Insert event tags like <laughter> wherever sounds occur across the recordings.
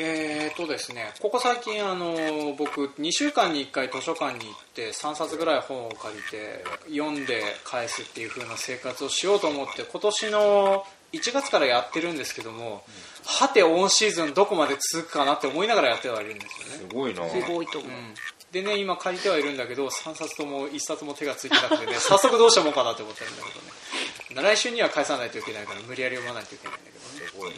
えーとですね、ここ最近あの僕2週間に1回図書館に行って3冊ぐらい本を借りて読んで返すっていう風な生活をしようと思って今年の1月からやってるんですけども、はてオンシーズンどこまで続くかなって思いながらやってはいるんですよねすごいなすごいと思う、でね今借りてはいるんだけど3冊とも1冊も手がついてなくてね早速どうしたもんかなって思ってるんだけどね来週には返さないといけないから無理やり読まないといけないんだけどねすごい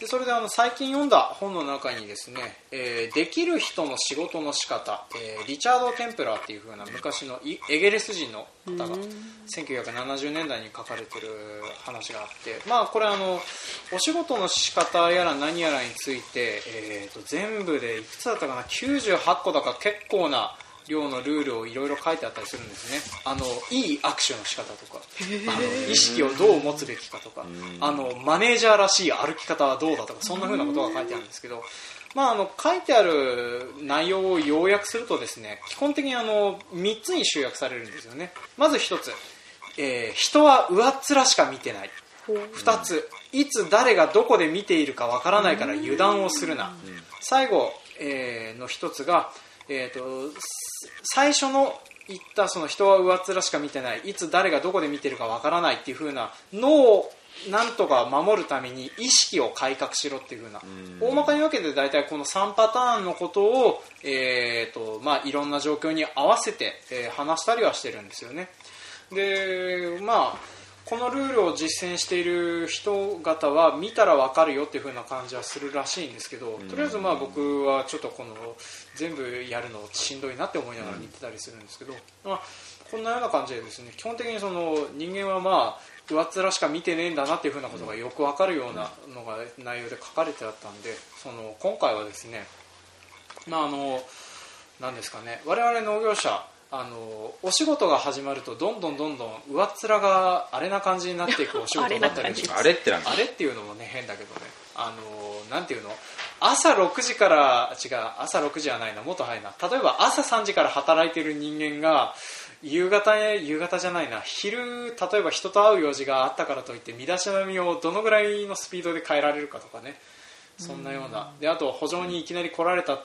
でそれであの最近読んだ本の中にですね「えーできる人の仕事の仕方、えーリチャード・テンプラーっていう風な昔のイエゲレス人の方が1970年代に書かれてる話があってまあこれあのお仕事の仕方やら何やらについて、えーと全部でいくつだったかな98個だか結構な量のルールをいろいろ書いてあったりするんですねあのいい握手の仕方とかあの意識をどう持つべきかとかあのマネージャーらしい歩き方はどうだとかそんな風なことが書いてあるんですけど、まあ、あの書いてある内容を要約するとですね基本的にあの3つに集約されるんですよねまず1つ、えー人は上っ面しか見てない2ついつ誰がどこで見ているかわからないから油断をするな最後、えーの1つが、えー、とす最初の言ったその人は上っ面しか見てないいつ誰がどこで見てるかわからないっていう風な脳をなんとか守るために意識を改革しろっていう風な大まかに分けて大体この3パターンのことを、えーとまあ、いろんな状況に合わせて、えー話したりはしてるんですよね。でまあこのルールを実践している人方は見たらわかるよっていう風な感じはするらしいんですけどとりあえずまあ僕はちょっとこの全部やるのしんどいなって思いながら見てたりするんですけど、まあ、こんなような感じでですね基本的にその人間はまあ上っ面しか見てねえんだなっていう風なことがよくわかるようなのが内容で書かれてあったんでその今回はですねまああのなんですかね我々農業者あのお仕事が始まるとどんどんどんどん上っ面があれな感じになっていくお仕事だ <laughs> ったりもしますあれってなんだあれっていうのもね変だけどねあのなんていうの朝6時から違う朝6時はないなもっと早いな例えば朝3時から働いてる人間が夕方へ夕方じゃないな昼例えば人と会う用事があったからといって身だしなみをどのぐらいのスピードで変えられるかとかねそんなようなであと補助にいきなり来られた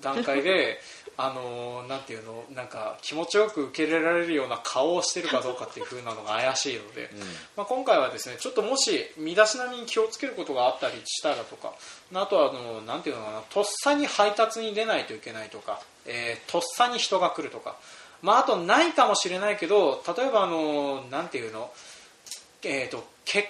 段階で <laughs> あのなんていうのなんか気持ちよく受け入れられるような顔をしてるかどうかっていう風なのが怪しいので、まあ、今回はですねちょっともし身だしなみに気をつけることがあったりしたらとかあとはあのなんていうのかなとっさに配達に出ないといけないとか、えーとっさに人が来るとか、まあ、あとないかもしれないけど例えばあのなんていうのえー、と結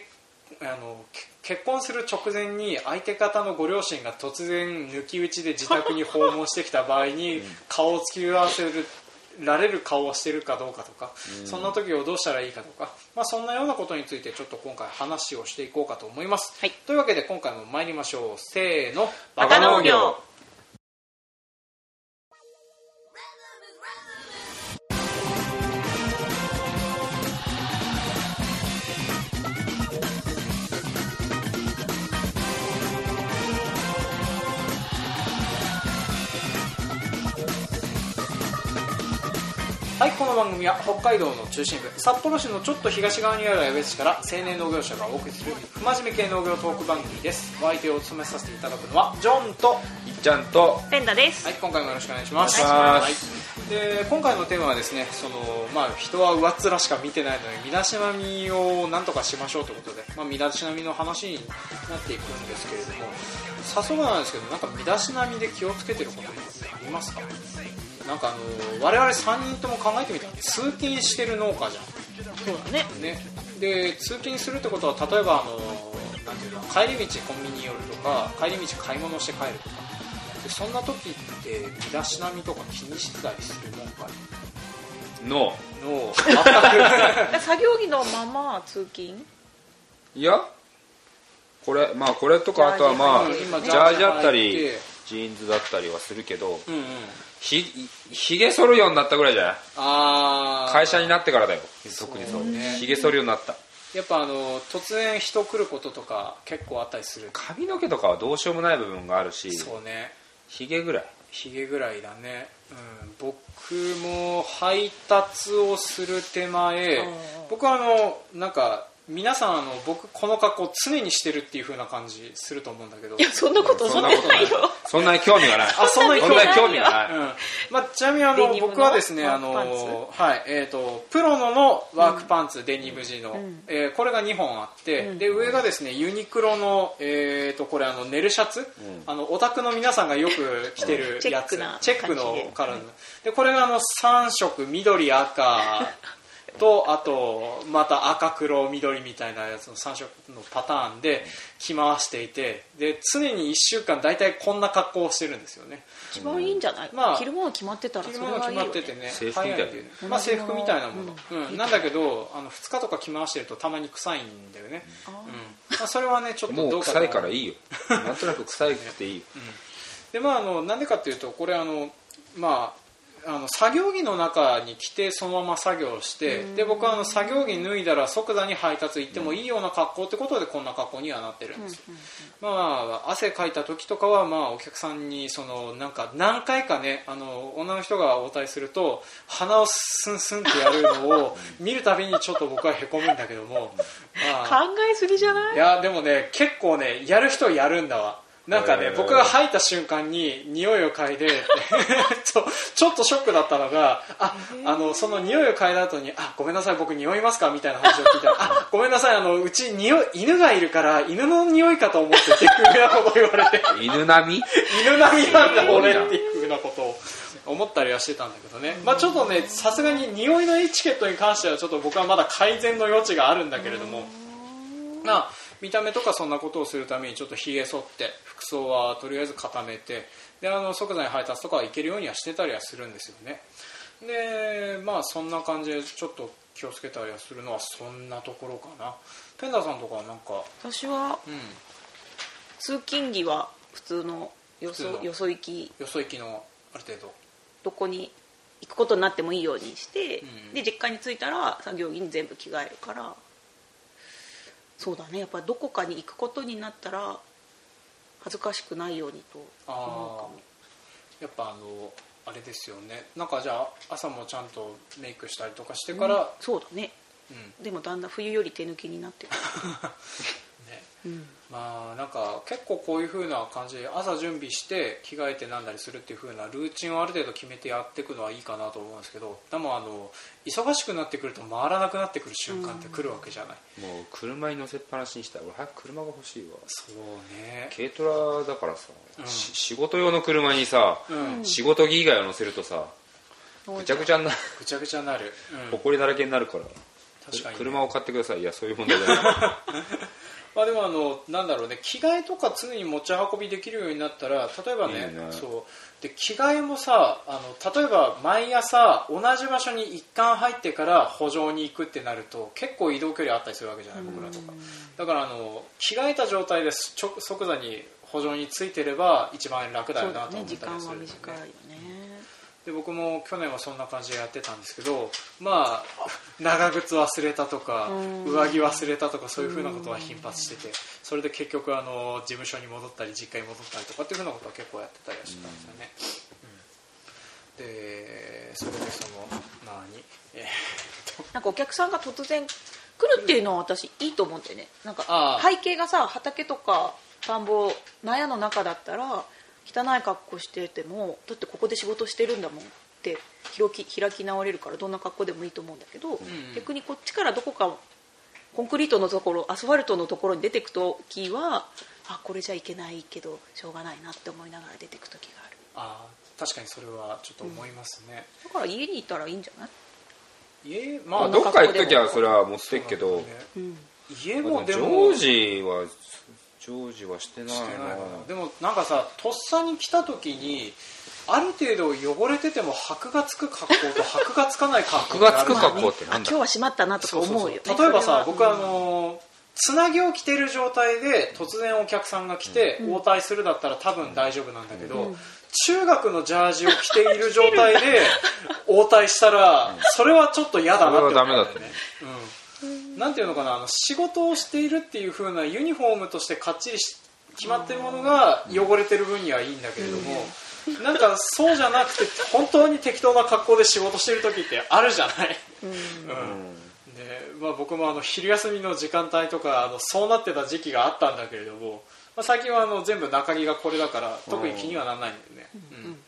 あのけ結婚する直前に相手方のご両親が突然抜き打ちで自宅に訪問してきた場合に顔を突き合わせるられる顔をしてるかどうかとか、そんな時をどうしたらいいかとか、まあ、そんなようなことについてちょっと今回話をしていこうかと思います、はいというわけで今回も参りましょうせーのバカ農業はい、この番組は北海道の中心部札幌市のちょっと東側にある江別市から青年農業者がお送りする不真面目系農業トーク番組ですお相手を務めさせていただくのはジョンとはいっちゃんとペンダです、い今回もよろしくお願いしますお願いしまはい、で今回のテーマはですねその、まあ、人は上っ面しか見てないので身だしなみをなんとかしましょうということで、まあ、身だしなみの話になっていくんですけれども早速なんですけどなんか身だしなみで気をつけてることってありますかなんかあの我々3人とも考えてみたら通勤してる農家じゃんそうだねね、で通勤するってことは例えばあのなんていうの帰り道コンビニに寄るとか帰り道買い物して帰るとかでそんな時って身だしなみとか気にしてたりするもんかいのの全 <laughs> え作業着のまま通勤いやこれまあこれとかあとはまジャージあ今ジャージだったジャージり履いてジーンズだったりはするけどくうん、うん、ひひげ剃るようになったぐらいじゃないあー会社になってからだよ特にそうそうねひげ剃るようになったやっぱあの突然人来ることとか結構あったりする髪の毛とかはどうしようもない部分があるしそうねひげぐらいひげぐらいだね、うん、僕も配達をする手前うん僕はあのなんか皆さんあの僕この格好常にしてるっていう風な感じすると思うんだ <laughs> けどいやそんなこと思そんっなことてなないいよそんなに興味がないあそんなにそ興ん味なないに興味がないうんまあ、ちなみにあデのニムの僕はですねワあークパンツの、はいえー、とプロノのワークパンツ、デニム地の、んえーこれが2本あって、うんで上がですねユニクロの、えー、とこれあのネルシャツ、あのオタクの皆さんがよく着てるチェやッつ、クなチェック感じのでカラーのでこれがあの3色緑赤とあとまた赤黒緑みたいなやつの3色のパターンで着回していてで常に1週間大体こんな格好をしてるんですよね一番いいんじゃない、まあ着るもの決まってたら着そるれものが決はいいまよ、ってね、てね制服みたいな早よねまあ、制服みたいなもの、うんうんなんだけどあの2日とか着回してるとたまに臭いんだよね、あうんーまあ、それはねちょっともどううか臭ないからいいよなんとなく臭いくていいよでまああのなんでかっていうとこれあのまああの作業着の中に着てそのまま作業してで僕はあの作業着脱いだら即座に配達行ってもいいような格好ってことでこんな格好にはなってるんですよ、まあ汗かいた時とかはまあお客さんにそのなんか何回かねあの女の人が応対すると鼻をスンスンってやるのを見るたびにちょっと僕はへこむんだけども、まあ考えすぎじゃないいやでもね結構ねやる人やるんだわなんかね、へー僕が吐いた瞬間に匂いを嗅いで <laughs> そうちょっとショックだったのがああのその匂いを嗅いだ後にあごめんなさい僕匂いますかみたいな話を聞いたらあごめんなさいあのうち匂い犬がいるから犬の匂いかと思ってっていうふうなことを言われて犬並み犬並みなんだ俺すごいなっていうふうなことを思ったりはしてたんだけどね、まあ、ちょっとねさすがに匂いのエチケットに関してはちょっと僕はまだ改善の余地があるんだけれども。まあ、見た目とかそんなことをするためにちょっとひげ剃って服装はとりあえず固めてであの即座に配達とかは行けるようにはしてたりはするんですよねでまあそんな感じでちょっと気をつけたりはするのはそんなところかなペンダーさんとかはなんか私はうん通勤着は普通のよ普通そのよそ行きよそ行きのある程度どこに行くことになってもいいようにして、うんで実家に着いたら作業着に全部着替えるからそうだねやっぱどこかに行くことになったら恥ずかしくないようにと思うかもやっぱあのあれですよねなんかじゃあ朝もちゃんとメイクしたりとかしてから、そうだねうんでもだんだん冬より手抜きになってくね <laughs> る、うんまあなんか結構こういう風な感じで朝準備して着替えてなんだりするっていう風なルーチンをある程度決めてやっていくのはいいかなと思うんですけどでもあの忙しくなってくると回らなくなってくる瞬間って来るわけじゃない、もう車に乗せっぱなしにしたら俺早く車が欲しいわそうね軽トラだからさ、うんし仕事用の車にさ、うん仕事着以外を乗せるとさぐちゃぐちゃになるぐちゃぐちゃになる、うん、埃だらけになるから確かに車を買ってくださいいやそういう問題 <laughs> じゃないまあでもあのなんだろうね着替えとか常に持ち運びできるようになったら例えばねいいねそうで着替えもさあの例えば毎朝同じ場所に一貫入ってから補助に行くってなると結構移動距離あったりするわけじゃない僕らとかだからあの着替えた状態ですちょ即座に補助についてれば一番楽だそようなだとね思っ時た間りすはるんだよね短いよねで僕も去年はそんな感じでやってたんですけどまあ <laughs> 長靴忘れたとかうん上着忘れたとかそういうふうなことは頻発しててそれで結局あの事務所に戻ったり実家に戻ったりとかっていうふうなことは結構やってたりはしてたんですよね、うんでそれでその何えなんかお客さんが突然来るっていうのは私いいと思うんだよねなんあかあ背景がさ畑とか田んぼ納屋の中だったら汚い格好しててもだってここで仕事してるんだもんって開き開き直れるからどんな格好でもいいと思うんだけど、ん逆にこっちからどこかコンクリートのところアスファルトのところに出てく時はあこれじゃいけないけどしょうがないなって思いながら出てく時があるあー確かにそれはちょっと思いますね、だから家にいたらいいんじゃない、家ままああどっか行く時はそれは持ってでくけど、うん、家まもあででももジョージはジョージはしてないしてなないかなでもなんかさとっさに来た時にある程度汚れてても箔がつく格好 <laughs> と箔がつかない格好ってある箔がつくまあ格好ってあなんだ今日は閉まったなとかそう思そううよそうね例えばさそれ僕あはのーつなぎを着てる状態で突然お客さんが来て応対するだったら多分大丈夫なんだけど中学のジャージを着ている状態で <laughs> 応対したらそれはちょっと嫌だなって思ったんだよそれはダメだねうんなんていうのかなあの仕事をしているっていう風なユニフォームとしてかっちりし決まってるものが汚れてる分にはいいんだけれども、なんかそうじゃなくて本当に適当な格好で仕事してる時ってあるじゃない、うんねまあ、僕もあの昼休みの時間帯とかあのそうなってた時期があったんだけれども、まあ、最近はあの全部中着がこれだから特に気にはならないんだよね、うん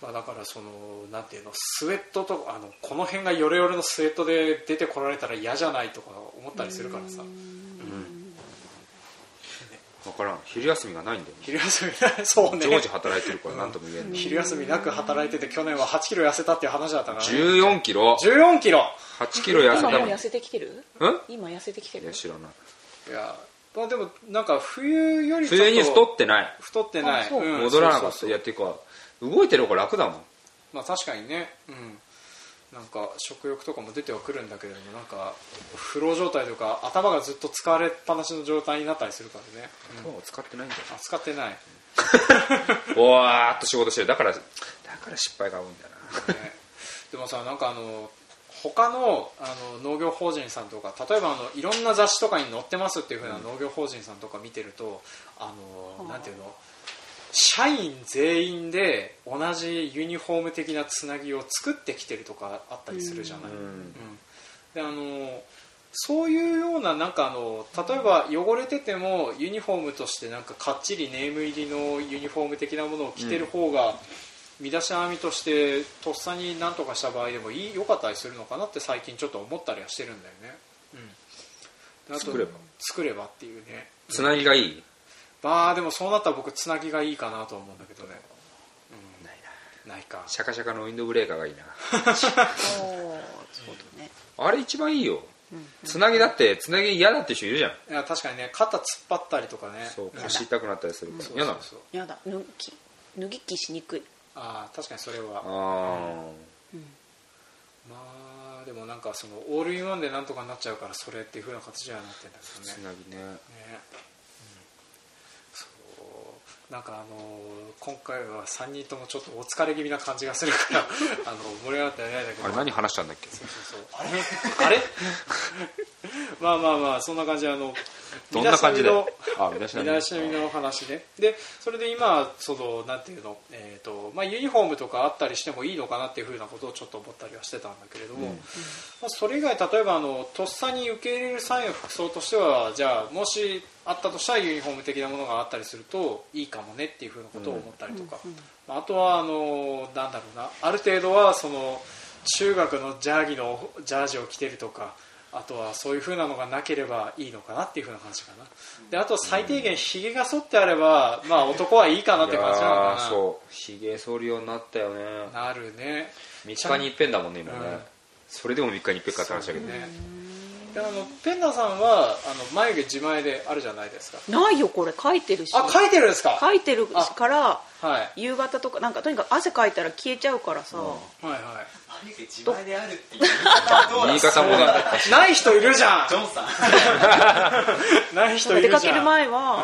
まあ、だからそのなんていうのスウェットとかあのこの辺がヨレヨレのスウェットで出てこられたら嫌じゃないとか思ったりするからさ分からん昼休みがないんだよね昼休み <laughs> そうね常時働いてるから何とも言えんない昼休みなく働いてて去年は8キロ痩せたっていう話だったから、ね、 14キロ14キロ8キロ痩せ今たのもうに痩せてきてるうん今痩せてきているや知らないいや、まあ、でもなんか冬よりちょっと冬に太ってない太ってなあいそううん戻らなかそうっそたういやっていうか動いてる方が楽だもんまあ確かにね、うん、なんか食欲とかも出てはくるんだけれどもなんかフロー状態とか頭がずっと使われっぱなしの状態になったりするからね、うん頭を使ってないんだよあ使ってない、ね、 <laughs> ぼわーっと仕事してるだからだから失敗が多いんだなでもさなんかあの他のあの農業法人さんとか例えばあのいろんな雑誌とかに載ってますっていう風な農業法人さんとか見てるとあの、うんなんていうの社員全員で同じユニフォーム的なつなぎを作ってきてるとかあったりするじゃない、うんであのそういうようななんかあの例えば汚れててもユニフォームとしてなんかかっちりネーム入りのユニフォーム的なものを着てる方が身だしなみとしてとっさに何とかした場合でもいい良かったりするのかなって最近ちょっと思ったりはしてるんだよね、うん、あと作れば作ればっていうねつなぎがいいまあでもそうなったら僕つなぎがいいかなと思うんだけどね、うん、ないなないかシャカシャカのウィンドブレーカーがいいなおおそうだねあれ一番いいようんつなぎだってつなぎ嫌だって人いるじゃんいや確かにね肩突っ張ったりとかねそううん腰痛くなったりするから嫌なそのうそうそうやだ脱ぎ脱ぎ着しにくいああ確かにそれはあまあでもなんかそのオールインワンでなんとかなっちゃうからそれっていう風な形にはなってんだあけつどねなぎねね、うん、そうなんかあのー今回は3人ともちょっとお疲れ気味な感じがするから <laughs> あの盛り上がってないんだけあどれ何話したんだっけそうそうそうあれ <laughs> あれまあまあまあそんな感じであのどんな感じで身だしなみのあ身だしな身みだしなみのお話ででそれで今そのなんていうの、えーとまあ、ユニフォームとかあったりしてもいいのかなっていうふうなことをちょっと思ったりはしてたんだけれども、うんまあ、それ以外例えばあのとっさに受け入れる際の服装としてはじゃあもしあったとしたらユニフォーム的なものがあったりするといいかもねっていうふうなことを思ったりとか、まああとはあのなんだろうなある程度はその中学のジャーギのジャージを着てるとかあとはそういう風なのがなければいいのかなっていう風な話かなであと最低限ひげが剃ってあれば、まあ、男はいいかなっいてや感じなのーかそうひげ剃るようになったよねななるね3日に一遍だもんね今うねんそれでも3日に一遍かって話だけどねであのペンダさんはあの眉毛自前であるじゃないですかないよこれ書いてるしあ描いてるんですか書いてるからはいはい夕方とかなんかとにかく汗かいたら消えちゃうからさ、は眉毛自前であるっていう言い方どうだ言い方もなんかい <laughs> ない人いるじゃジョ <laughs> ンさんんない人い出るかじけゃんる前は、うん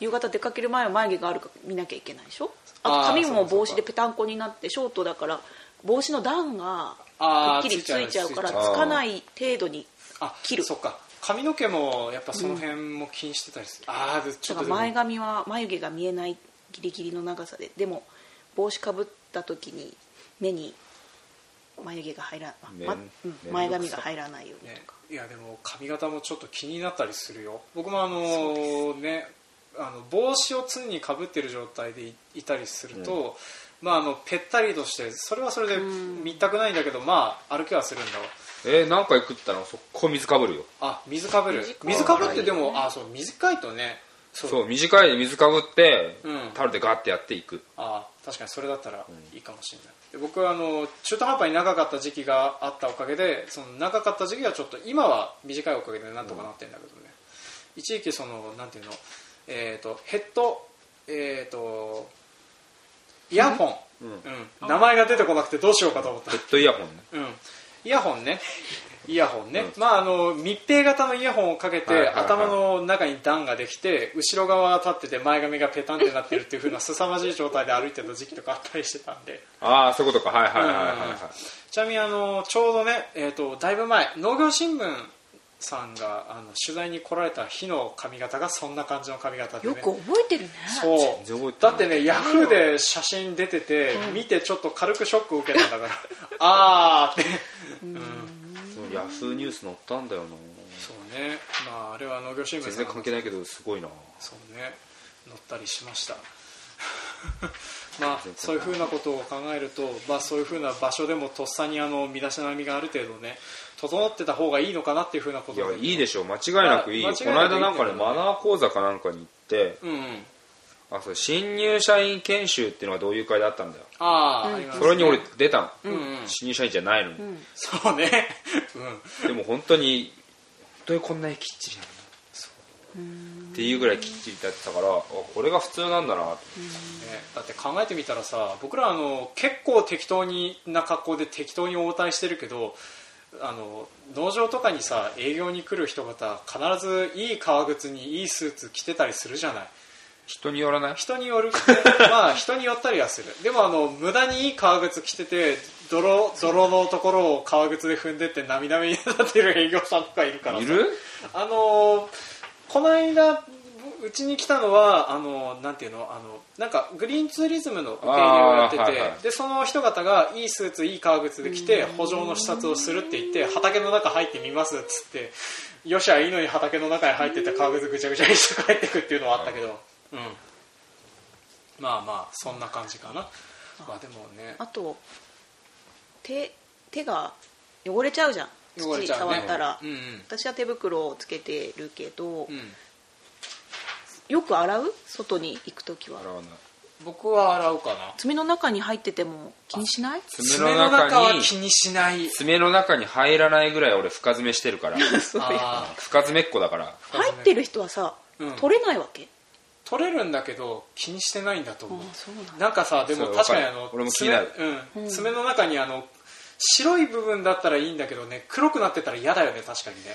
夕方出かける前は眉毛があるか見なきゃいけないでしょあーあと髪もそうかそう帽か子でぺたんこになってショートだから帽子の段があくーっきりついちゃうからついちゃうつかない程度にあ切るそっか髪の毛もやっぱその辺も気にしてたりする、ああでちょだっかとらでも前髪は眉毛が見えないギリギリの長さででも帽子かぶった時に目に眉毛が入ら、めんまうめんどくん、さ前髪が入らないようにねとか、、いやでも髪型もちょっと気になったりするよ僕もあのねあの帽子を常にかぶってる状態でいいたりすると、まああのぺったりとしてそれはそれで見たくないんだけど、まあ歩きはするんだわえー、何回食ったのそこ水かぶるよあ水かぶる短い水かぶってでもあそう短いとねそうそう短いで水かぶって、うんタオルでガーってやっていくああ確かにそれだったらいいかもしれない、で僕はあの中途半端に長かった時期があったおかげでその長かった時期はちょっと今は短いおかげでなんとかなってるんだけどね、一時期そのなんていうの、えー、とヘッドえっ、とイヤホン、うんうん名前が出てこなくてどうしようかと思ったヘッドイヤホンねうん、イヤホン <laughs> ねイヤホンね、まああの密閉型のイヤホンをかけて、はいはいはい頭の中に段ができて後ろ側が立ってて前髪がペタンってなってるっていう風な凄まじい状態で歩いてた時期とかあったりしてたんでああそういうことかはいはいはいはいはい、ちなみにあのちょうどね、えー、とだいぶ前農業新聞さんがあの取材に来られた日の髪型がそんな感じの髪型で、ね、よく覚えてるねそう全然覚えてなだいってねヤフーで写真出てて、見てちょっと軽くショックを受けたんだからあーってそのヤフ数ニュース載ったんだよなそうねまああれは農業新聞全さん然関係ないけどすごいなそうね乗ったりしました <laughs> まあ全然そういうふうなことを考えると、まあ、そういうふうな場所でもとっさにあの身だしなみがある程度ね整ってた方がいいのかなっていうふうなこいとやをいいでしょ間違いなくいいよいこやの間違いなくいい間なんかねマナー講座かなんかに行ってうんうんあそう新入社員研修っていうのがどういう会であったんだよああ、ありますそれに俺出たの、んうん新入社員じゃないのに、そうねうんでも本当に本当にこんなにきっちりなのっていうぐらいきっちりだってたからあこれが普通なんだなってね、だって考えてみたらさ僕らあの結構適当にな格好で適当に応対してるけどあの農場とかにさ営業に来る人方必ずいい革靴にいいスーツ着てたりするじゃない人によらない人によるまあ人によったりはするでもあの無駄にいい革靴着てて泥泥のところを革靴で踏んでって涙目になってる営業さんとかいるからさいるあのーこの間ぼうちに来たのはあのーなんていうのあのなんかグリーンツーリズムの受け入れをやってて、あーはいはいでその人方がいいスーツいい革靴で着て補助の視察をするって言って畑の中入ってみますっつってよしゃいいのに畑の中に入ってて革靴ぐちゃぐちゃにして帰ってくっていうのはあったけど、うん、まあまあそんな感じかなまあでもねあと手手が汚れちゃうじゃん汚れ土ちゃう触ねったら、うんうん私は手袋をつけてるけど、うんよく洗う外に行く時は洗わない僕は洗うかな爪の中に入ってても気にしない爪の中には気にしない爪の中に入らないぐらい俺深爪してるからそういうあー深爪っ子だから入ってる人はさ、うん取れないわけ取れるんだけど気にしてないんだとあ思うそうなんだなんかさでもそう確かにわあかるの俺も気になる爪,、う、うんん爪の中にあの白い部分だったらいいんだけどね黒くなってたら嫌だよね確かにね、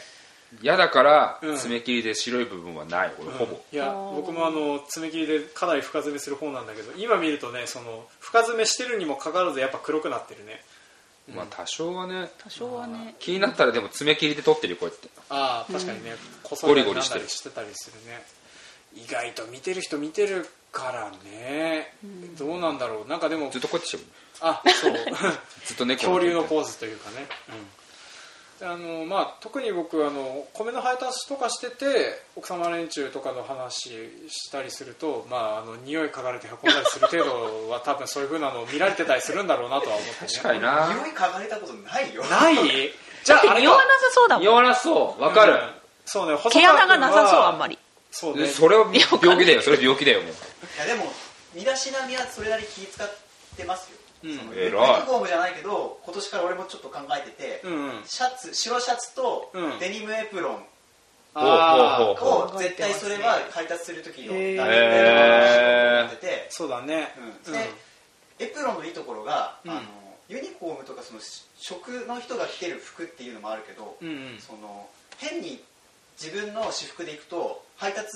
嫌だからうん爪切りで白い部分はない俺ほぼ、いやあー僕もあの爪切りでかなり深爪する方なんだけど今見るとねその深爪してるにもかかわらずやっぱ黒くなってるねまあ多少はね多少はね気になったらでも爪切りで取ってるよこうやってああ確かにね、こそゴリゴリなんだりししてたりするね意外と見てる人見てるからね、どうなんだろうなんかでもずっとこうやってしてるあそうずっと猫恐竜のーポーズというかね、であのまあ、特に僕あの米の配達とかしてて奥様連中とかの話したりすると、まあ、あの匂い嗅がれて運んだりする程度は多分そういうふうなのを見られてたりするんだろうなとは思って、ね、確かにな匂い嗅がれたことないよないじゃああれ匂わなさそうだもん弱らそうわかるうん、そうね細川毛君は穴がなさそうあんまりそうでねそれは病気だよそれ病気だよもういやでも身だしなみはそれなりに気使ってますよ、うんその偉いユニフォームじゃないけど今年から俺もちょっと考えてて、うんうんシャツ白シャツとうんデニムエプロンあーほうほうほうを絶対それは配達する時のへーダブルエプロンだと思ってて、そうだね、うんでエプロンのいいところが、うんあのユニフォームとかその職の人が着てる服っていうのもあるけど、うんうんその変に自分の私服で行くと配達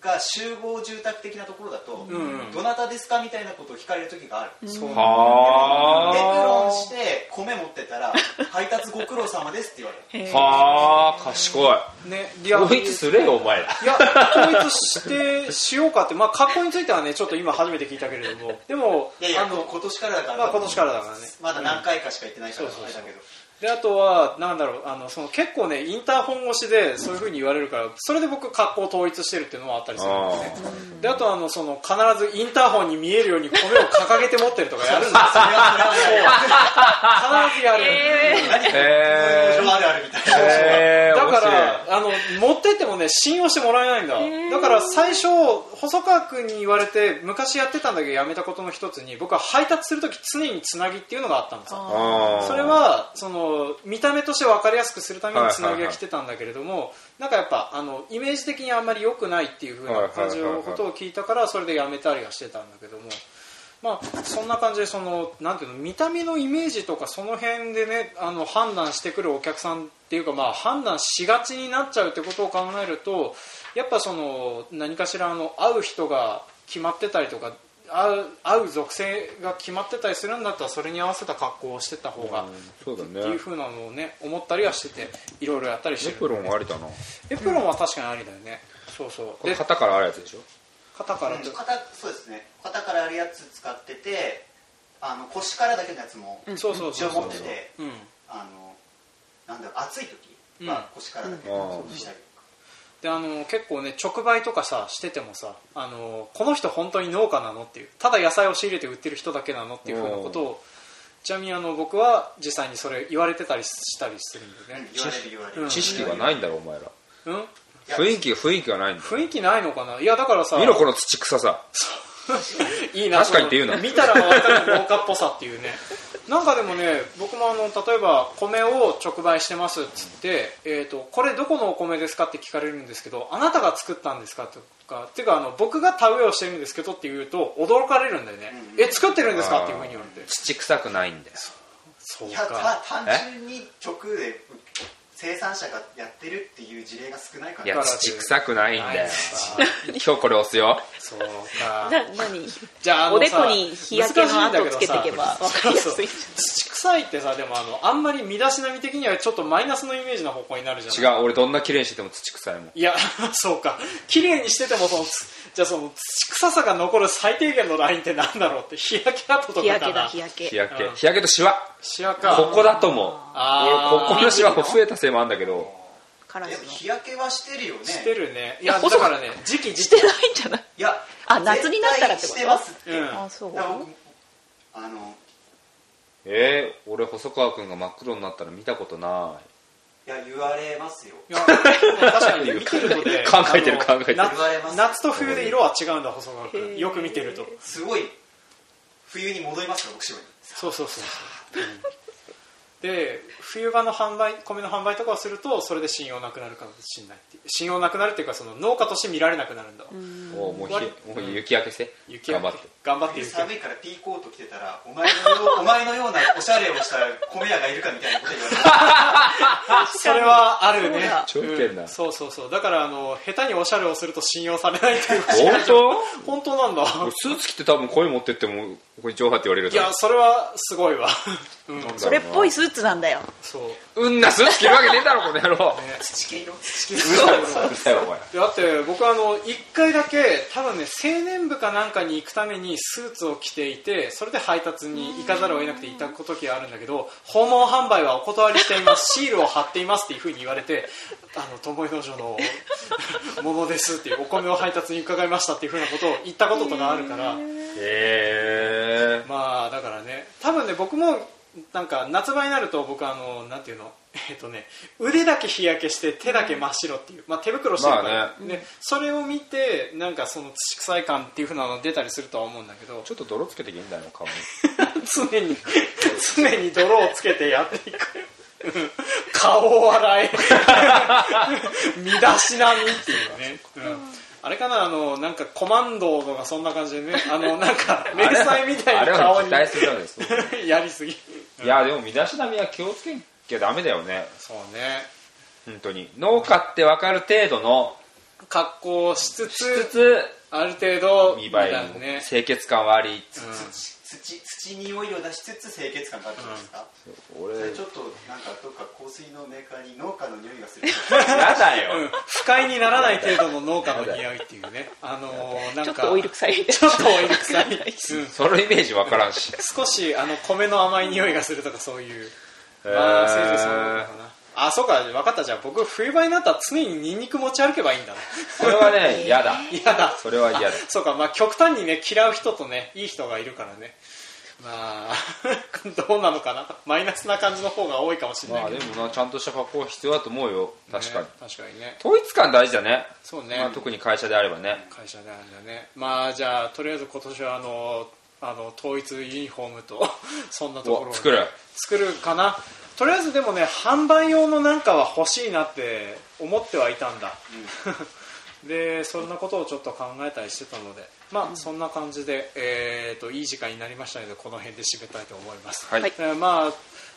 が集合住宅的なところだと、うんうんどなたですかみたいなことを聞かれる時がある、エそうプロはンして米持ってたら「配達ご苦労様です」って言われるへあーはあ賢いねいや統一すれよお前らいや、統一してしようかって、まあ、格好についてはね、ちょっと今初めて聞いたけれども、でも、いやいやあの、今年からだから、まあ今年からだからねまだ何回かしか行ってないから、うんそうそうそうあ <laughs> れだけどで、あとは、なんだろう、あの、その結構ね、インターホン越しでそういう風に言われるから、それで僕格好統一してるっていうのはあったりするんですね。で、あとあの、その、必ずインターホンに見えるように米を掲げて持ってるとかやるんですよ。それはそれはそれは必ずやる。何かへあるあるみたいな、えだからあの持ってってもね信用してもらえないんだ、へーだから最初細川君に言われて昔やってたんだけどやめたことの一つに僕は配達する時常につなぎっていうのがあったのさあそれはその見た目として分かりやすくするためにつなぎが来てたんだけれども、なんかやっぱあのイメージ的にあんまり良くないっていう風な感じのことを聞いたからそれでやめたりはしてたんだけども。まあ、そんな感じでそのなんていうの見た目のイメージとかその辺でねあの判断してくるお客さんっていうか、まあ、判断しがちになっちゃうってことを考えるとやっぱその何かしらあの会う人が決まってたりとか会う会う属性が決まってたりするんだったらそれに合わせた格好をしてった方がそうだっていうねふうなのをね思ったりはしてていろいろやったりしてエるプロンありだなエプロンは確かにありだよね、そうそうこれで肩からあるやつでしょ肩からうん肩そうですね肩からあるやつ使っててあの腰からだけのやつもそうそう一そう応そ持うっててうんあのなんだろう暑い時、うんまあ、腰からだけうん掃除したりとか、であの結構ね直売とかさしててもさあのこの人本当に農家なのっていうただ野菜を仕入れて売ってる人だけなのっていうふうなことをちなみにあの僕は実際にそれ言われてたりしたりするんでうんね、言われる言われる、うん知識がないんだろお前らうん、や雰囲気雰囲気がないんだ雰囲気ないのかないやだからさ見ろこの土臭さいいな確かにって言うなこの見たら分かる農家っぽさっていうねなんかでもね僕もあの例えば米を直売してますっつって、えー、とこれどこのお米ですかって聞かれるんですけどあなたが作ったんですかとかっていうかあの僕が田植えをしてるんですけどって言うと驚かれるんだよね、うんえ作ってるんですかっていうふうに言われて土臭くないんだよそういやかた単純に直で生産者がやってるっていう事例が少ないかいらやだから土臭くないんだよはい今日これ押すよそうかな何じゃああのおでさこに日焼けの跡をつけていけば難分しかんりだけどやさすい土臭いってさでもあのあんまり身だしなみ的にはちょっとマイナスのイメージの方向になるじゃん違う俺どんな綺麗にしてても土臭いもんいや <laughs> そうか綺麗にしててもそのつじゃあその土臭さが残る最低限のラインってなんだろうって日焼け跡とかかな日焼けだ日焼日け焼けうん日焼けとシワシワかここだと思うあー俺ここのシワも増えたせいもあるんだけどカラでスもの日焼けはしてるよねしてるねいいややだ細くからね時期時して期ないんじゃないいやあ夏になったらってこと絶対してますってうんあそうだから僕あのえー、俺細川君が真っ黒になったの見たことないや言われますよいや確か <laughs> にね見てるとね考えてるあの考えてるな言われます夏と冬で色は違うんだ細川へ君ーよく見てると <laughs> すごい冬に戻りますよ僕白にそうそうそうそうで冬場の販売米の販売とかをするとそれで信用なくなるかもしれないっていう信用なくなるっていうかその農家として見られなくなるんだわ、うんいもうもうひ割もう雪焼けして雪頑焼張けって頑張って冬雪焼寒いからピーコート着てたらお前のようお前のようなおしゃれをした米屋がいるかみたいなこと言われるけそれはあるねそうだうん条件だそうそうそうだからあの下手におしゃれをすると信用されないっていう本 <laughs> 本当なんだ当俺スーツ着て多分声持ってってもここに上波って言われるいだろやそれはすごいわ、うん、なんだろうなそれっぽいスーツなんだよ <laughs> そううんなスーツ着るわけねえだろこの野郎土系色嘘だよお前だって僕あの1回だけ多分ね青年部かなんかに行くためにスーツを着ていてそれで配達に行かざるを得なくていた時があるんだけど訪問販売はお断りしていますシールを貼っていますっていうふうに言われて「あの友井道場のものです」っていうお米を配達に伺いましたっていうふうなことを言ったこととかあるからへえまあだからね多分ね僕もなんか夏場になると僕あのなんていうのえっとね腕だけ日焼けして手だけ真っ白っていう、まあ、手袋してるから、まあねそれを見てなんかその土臭い感っていうふうなのが出たりするとは思うんだけどちょっと泥つけていけんだよ顔に常に <laughs> 常に泥をつけてやっていくうん顔を洗え <laughs> 身だしなみっていうね、うんあれかなあのなんかコマンドとかそんな感じでねあのなんか迷彩みたあいれなは顔期に待するよねそ <laughs> うやりすぎいやでも身だしなみは気をつけなきゃダメだよねそうね本当に農家って分かる程度の格好をしつつつつある程度見栄みたいなえもね、清潔感はありうつん土土に匂いを出しつつ清潔感があるじゃないですか、俺それちょっとなんかどっか香水のメーカーに農家の匂いがするやだうんよ <laughs> 不快にならない程度の農家の匂いっていうね <laughs> あのーなんちょかっとオイル臭いちょっとオイル臭い、 <laughs> うんそのイメージ分からんし少しあの米の甘い匂いがするとかそういうへーああ清純さんなのかなあそうか分かったじゃあ僕冬場になったら常にニンニク持ち歩けばいいんだね <laughs> それはね嫌だ嫌だそれは嫌だそうかまあ極端にね嫌う人とねいい人がいるからねまあ <laughs> どうなのかなマイナスな感じの方が多いかもしれないまあけどでもなちゃんとした格好は必要だと思うよ確かにね確かにね統一感大事だねそうね、まあ特に会社であればね会社であるんだねまあじゃあとりあえず今年はあのあの統一ユニフォームと <laughs> そんなところをね、お作る作るかなとりあえずでもね販売用のなんかは欲しいなって思ってはいたんだ、 <laughs> でそんなことをちょっと考えたりしてたのでまあ、そんな感じで、えー、といい時間になりましたのでこの辺で締めたいと思います、はいえーまあ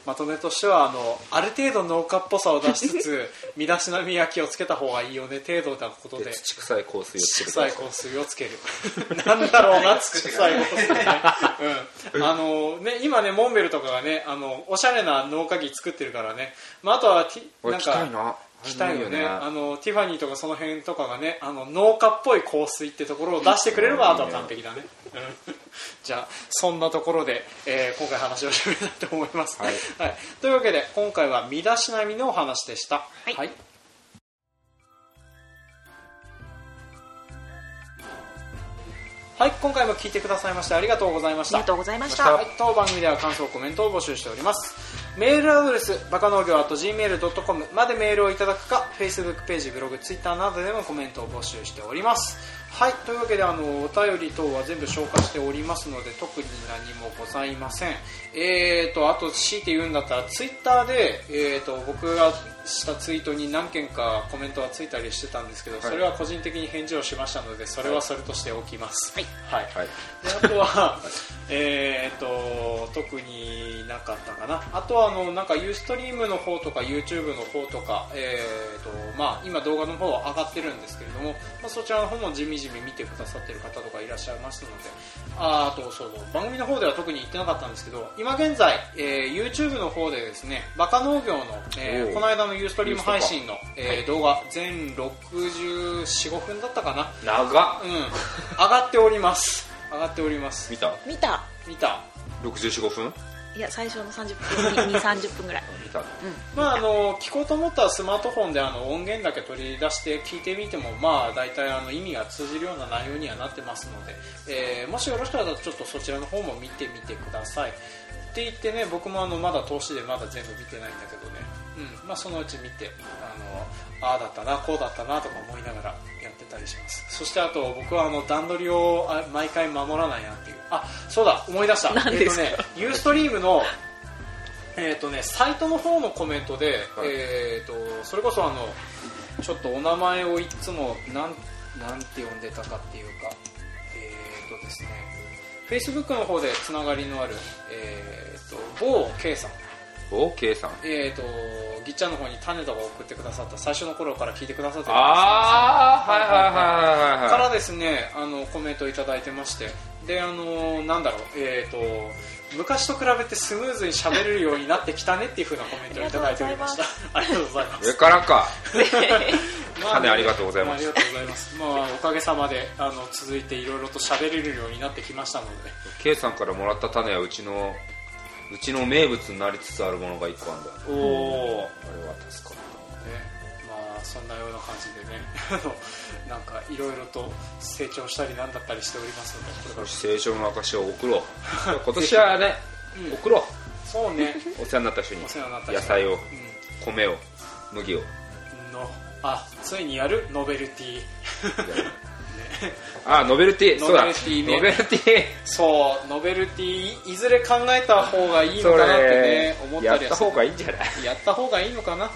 まとめとしてはあのある程度農家っぽさを出しつ <laughs> つ身だしなみや気をつけた方がいいよね程度なことでで土臭い香水土をつけ臭いて香水をつけるなんだろうな土臭い香水ね、うん、あのね今ねモンベルとかがねあのおしゃれな農家着作ってるからね、まあ、あとは T- 俺なん着たいかな来たいよねあれもいいよねあのティファニーとかその辺とかがねあの農家っぽい香水ってところを出してくれればあとは完璧だねうん <laughs> じゃあそんなところで、えー今回話を終了だと思います、はいはい、というわけで今回は身だしなみのお話でしたはいはいはい今回も聞いてくださいましてありがとうございましりたがとうございましありたがはい、当番組では感想コメントを募集しておりますメールアドレスバカ農業 .gmail.com までメールをいただくか Facebook ページブログ Twitter などでもコメントを募集しておりますはいというわけであのお便り等は全部消化しておりますので特に何もございませんえーとあと強いて言うんだったら Twitter で、えー、と僕がしたツイートに何件かコメントはついたりしてたんですけど、いそれは個人的に返事をしましたのでそれはそれとしておきますはいはいはいであとは、 <laughs> えー、と特になかったかなあとはあのなんかユーストリームの方とか YouTube の方とか、えーとまあ、今動画の方は上がってるんですけれども、まあ、そちらの方もじみじみ見てくださってる方とかいらっしゃいましたのでああとそうそう番組の方では特に言ってなかったんですけど今現在、えー YouTube の方でですねバカ農業の、えーおうこの間のユーストリーム配信の、えー動画全645分だったかな長っうん、上がっております上がっております見た見た見た65分いや最初の30分に30分ぐらい見た <laughs> まああの聞こうと思ったらスマートフォンであの音源だけ取り出して聞いてみてもまあ大体あの意味が通じるような内容にはなってますので、えーもしよろしかったらちょっとそちらの方も見てみてくださいって言ってね僕もあのまだ投資でまだ全部見てないんだけどね、うんまあ、そのうち見てあのああだったなこうだったなとか思いながらやってたりしますそしてあと僕はあの段取りをあ毎回守らないなっていうあそうだ思い出した何ですかえっ、とねユーストリームのえーとね、サイトの方のコメントで、はいえー、とそれこそあのちょっとお名前をいつもなんなんて呼んでたかっていうか、えーとですね、Facebook の方でつながりのある、えー、と某 K さん、お K さんえー、とギッチャンの方に種とか送ってくださった最初の頃から聞いてくださってたああはいはいはいはいはいからですねあのコメントいただいてましてであのなんだろうえっ、と昔と比べてスムーズに喋れるようになってきたねっていう風なコメントをいただいておりました <laughs> ありがとうございま上すからかま種ありがとうございますありがとうございますまあおかげさまであの続いていろいろと喋れるようになってきましたので K さんからもらった種はうちのうちの名物になりつつあるものが一個あんだおお、ね、あれは助かっまあそんなような感じでね <laughs> あのなんかいろいろと成長したりなんだったりしておりますのでこれたかよらし青春の証を <laughs> 送ろう今年はねうん送ろそうねうお世話になった人にお世話になった人野菜うをん米を <laughs> 麦をのあついにやるノベルティあノベルティそうだノベルティねノベルティそうノベルティいずれ考えた方がいいのそかなってねれ思ったやっりたはする方がいいんじゃないやった方がいいのかな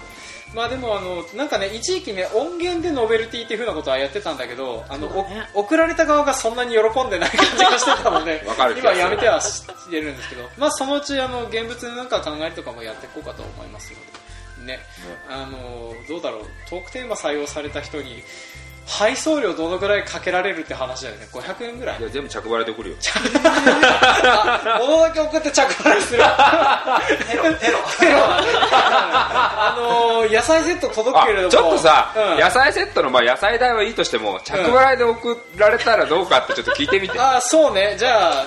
まあでもあのなんかね一時期ね音源でノベルティっていうふうなことはやってたんだけどあの、そうだねお送られた側がそんなに喜んでない感じがしてたの <laughs> でわかる気今がするやめてはしてるんですけどまあそのうちあの現物のなんか考えとかもやっていこうかと思いますのでねあのどうだろうトークテーマ採用された人に配送料どのぐらいかけられるって話だよね500円ぐらいいや全部着払いで送るよ物だけ送って着払いす <laughs> るテロテロあのー野菜セット届くあけれどもちょっとさ、うん野菜セットの、まあ、野菜代はいいとしても着払いで送られたらどうかってちょっと聞いてみて、あーそうねじゃあ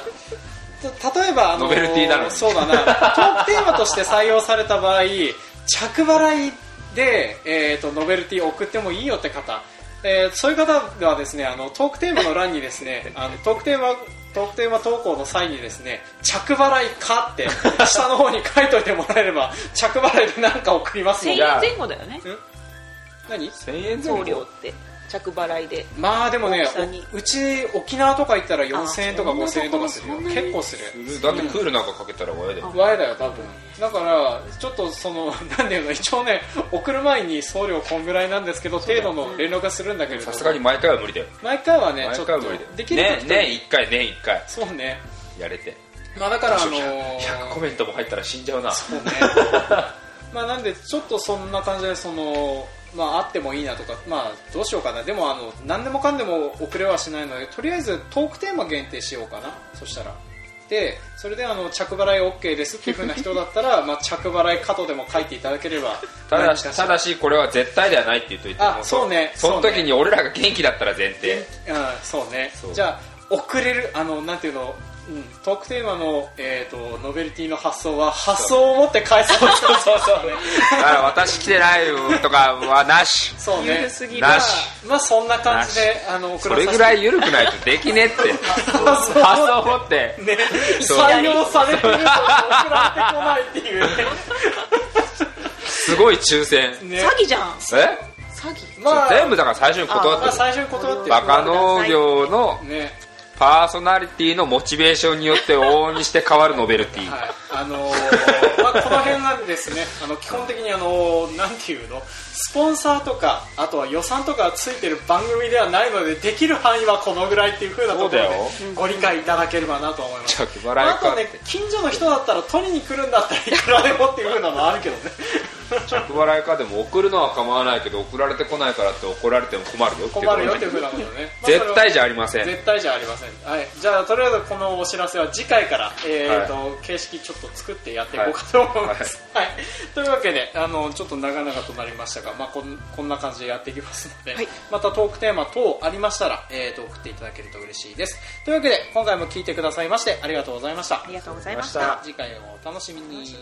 た例えば、あのノベルティだろそうだなトークテーマとして採用された場合着払いで、えー、とノベルティ送ってもいいよって方、えーそういう方はですねあのトークテーマの欄にですねあのトークテーマトークテーマ投稿の際にですね着払いかって下の方に書いといてもらえれば着払いで何か送りますの1000円でや前後だよね何1000円送料前後って着払いでまあでもね大きさにおうち沖縄とか行ったら4000円とかあそんなとこ5000円とかするよそんなに結構するだってクールなんかかけたら親であわえだよ多分だからちょっとその <laughs> なんていうの一応ね送る前に送料こんぐらいなんですけど程度の連絡がするんだけれどさすがに毎回は無理だよ毎回はね毎ちょっ回は無理だよとできる時ねと年1回年1回そうねやれてまあだからあのー100コメントも入ったら死んじゃうなそうねまあなんでちょっとそんな感じでそのまああってもいいなとかまあどうしようかなでもあの何でもかんでも遅れはしないのでとりあえずトークテーマ限定しようかなそしたらてそれであの着払い OK ですっていう風な人だったら <laughs> まあ着払いカトでも書いていただければただ何しかしだしこれは絶対ではないって言っといてあもそうねそそうのね時に俺らが元気だったら前提うん、そうねそうじゃあ遅れるあのなんていうの、うん、トークテーマの、えー、とノベルティの発想は発想を持って返 <laughs> そうそうそうそうねだから私来てないよとかは <laughs> なしそうね緩すぎるなしまあそんな感じであの送そられさせてぐらい緩くないとできね <laughs> えって発想を持ってねそう採用されてる人が送られてこないっていうすごい抽選 <laughs> ねね詐欺じゃんえ詐欺まあ全部だから最初に断まあって最初に断ってるバカ農業のねパーソナリティのモチベーションによって往々にして変わるノベルティ、はい、あのーまあ、この辺なんですねあの基本的にあのーなんていうのスポンサーとかあとは予算とかついてる番組ではないのでできる範囲はこのぐらいっていう風なところでそご理解いただければなと思います着払いあかとね近所の人だったら取りに来るんだったらいくらでもっていう風なのはあるけ <laughs> どね着払いかでも送るのは構わないけど送られてこないからって怒られても困るよって困るよっていうとこ風ろなものね、まあ絶対じゃありません絶対じゃありません、はい、じゃあとりあえずこのお知らせは次回から、えーと形式ちょっと作ってやっていこうかと思います、はいというわけであのちょっと長々となりましたが、まあ、こんこんな感じでやっていきますので、はいまたトークテーマ等ありましたら、えー、と送っていただけると嬉しいですというわけで今回も聞いてくださいましてありがとうございましたありがとうございました次回をお楽しみに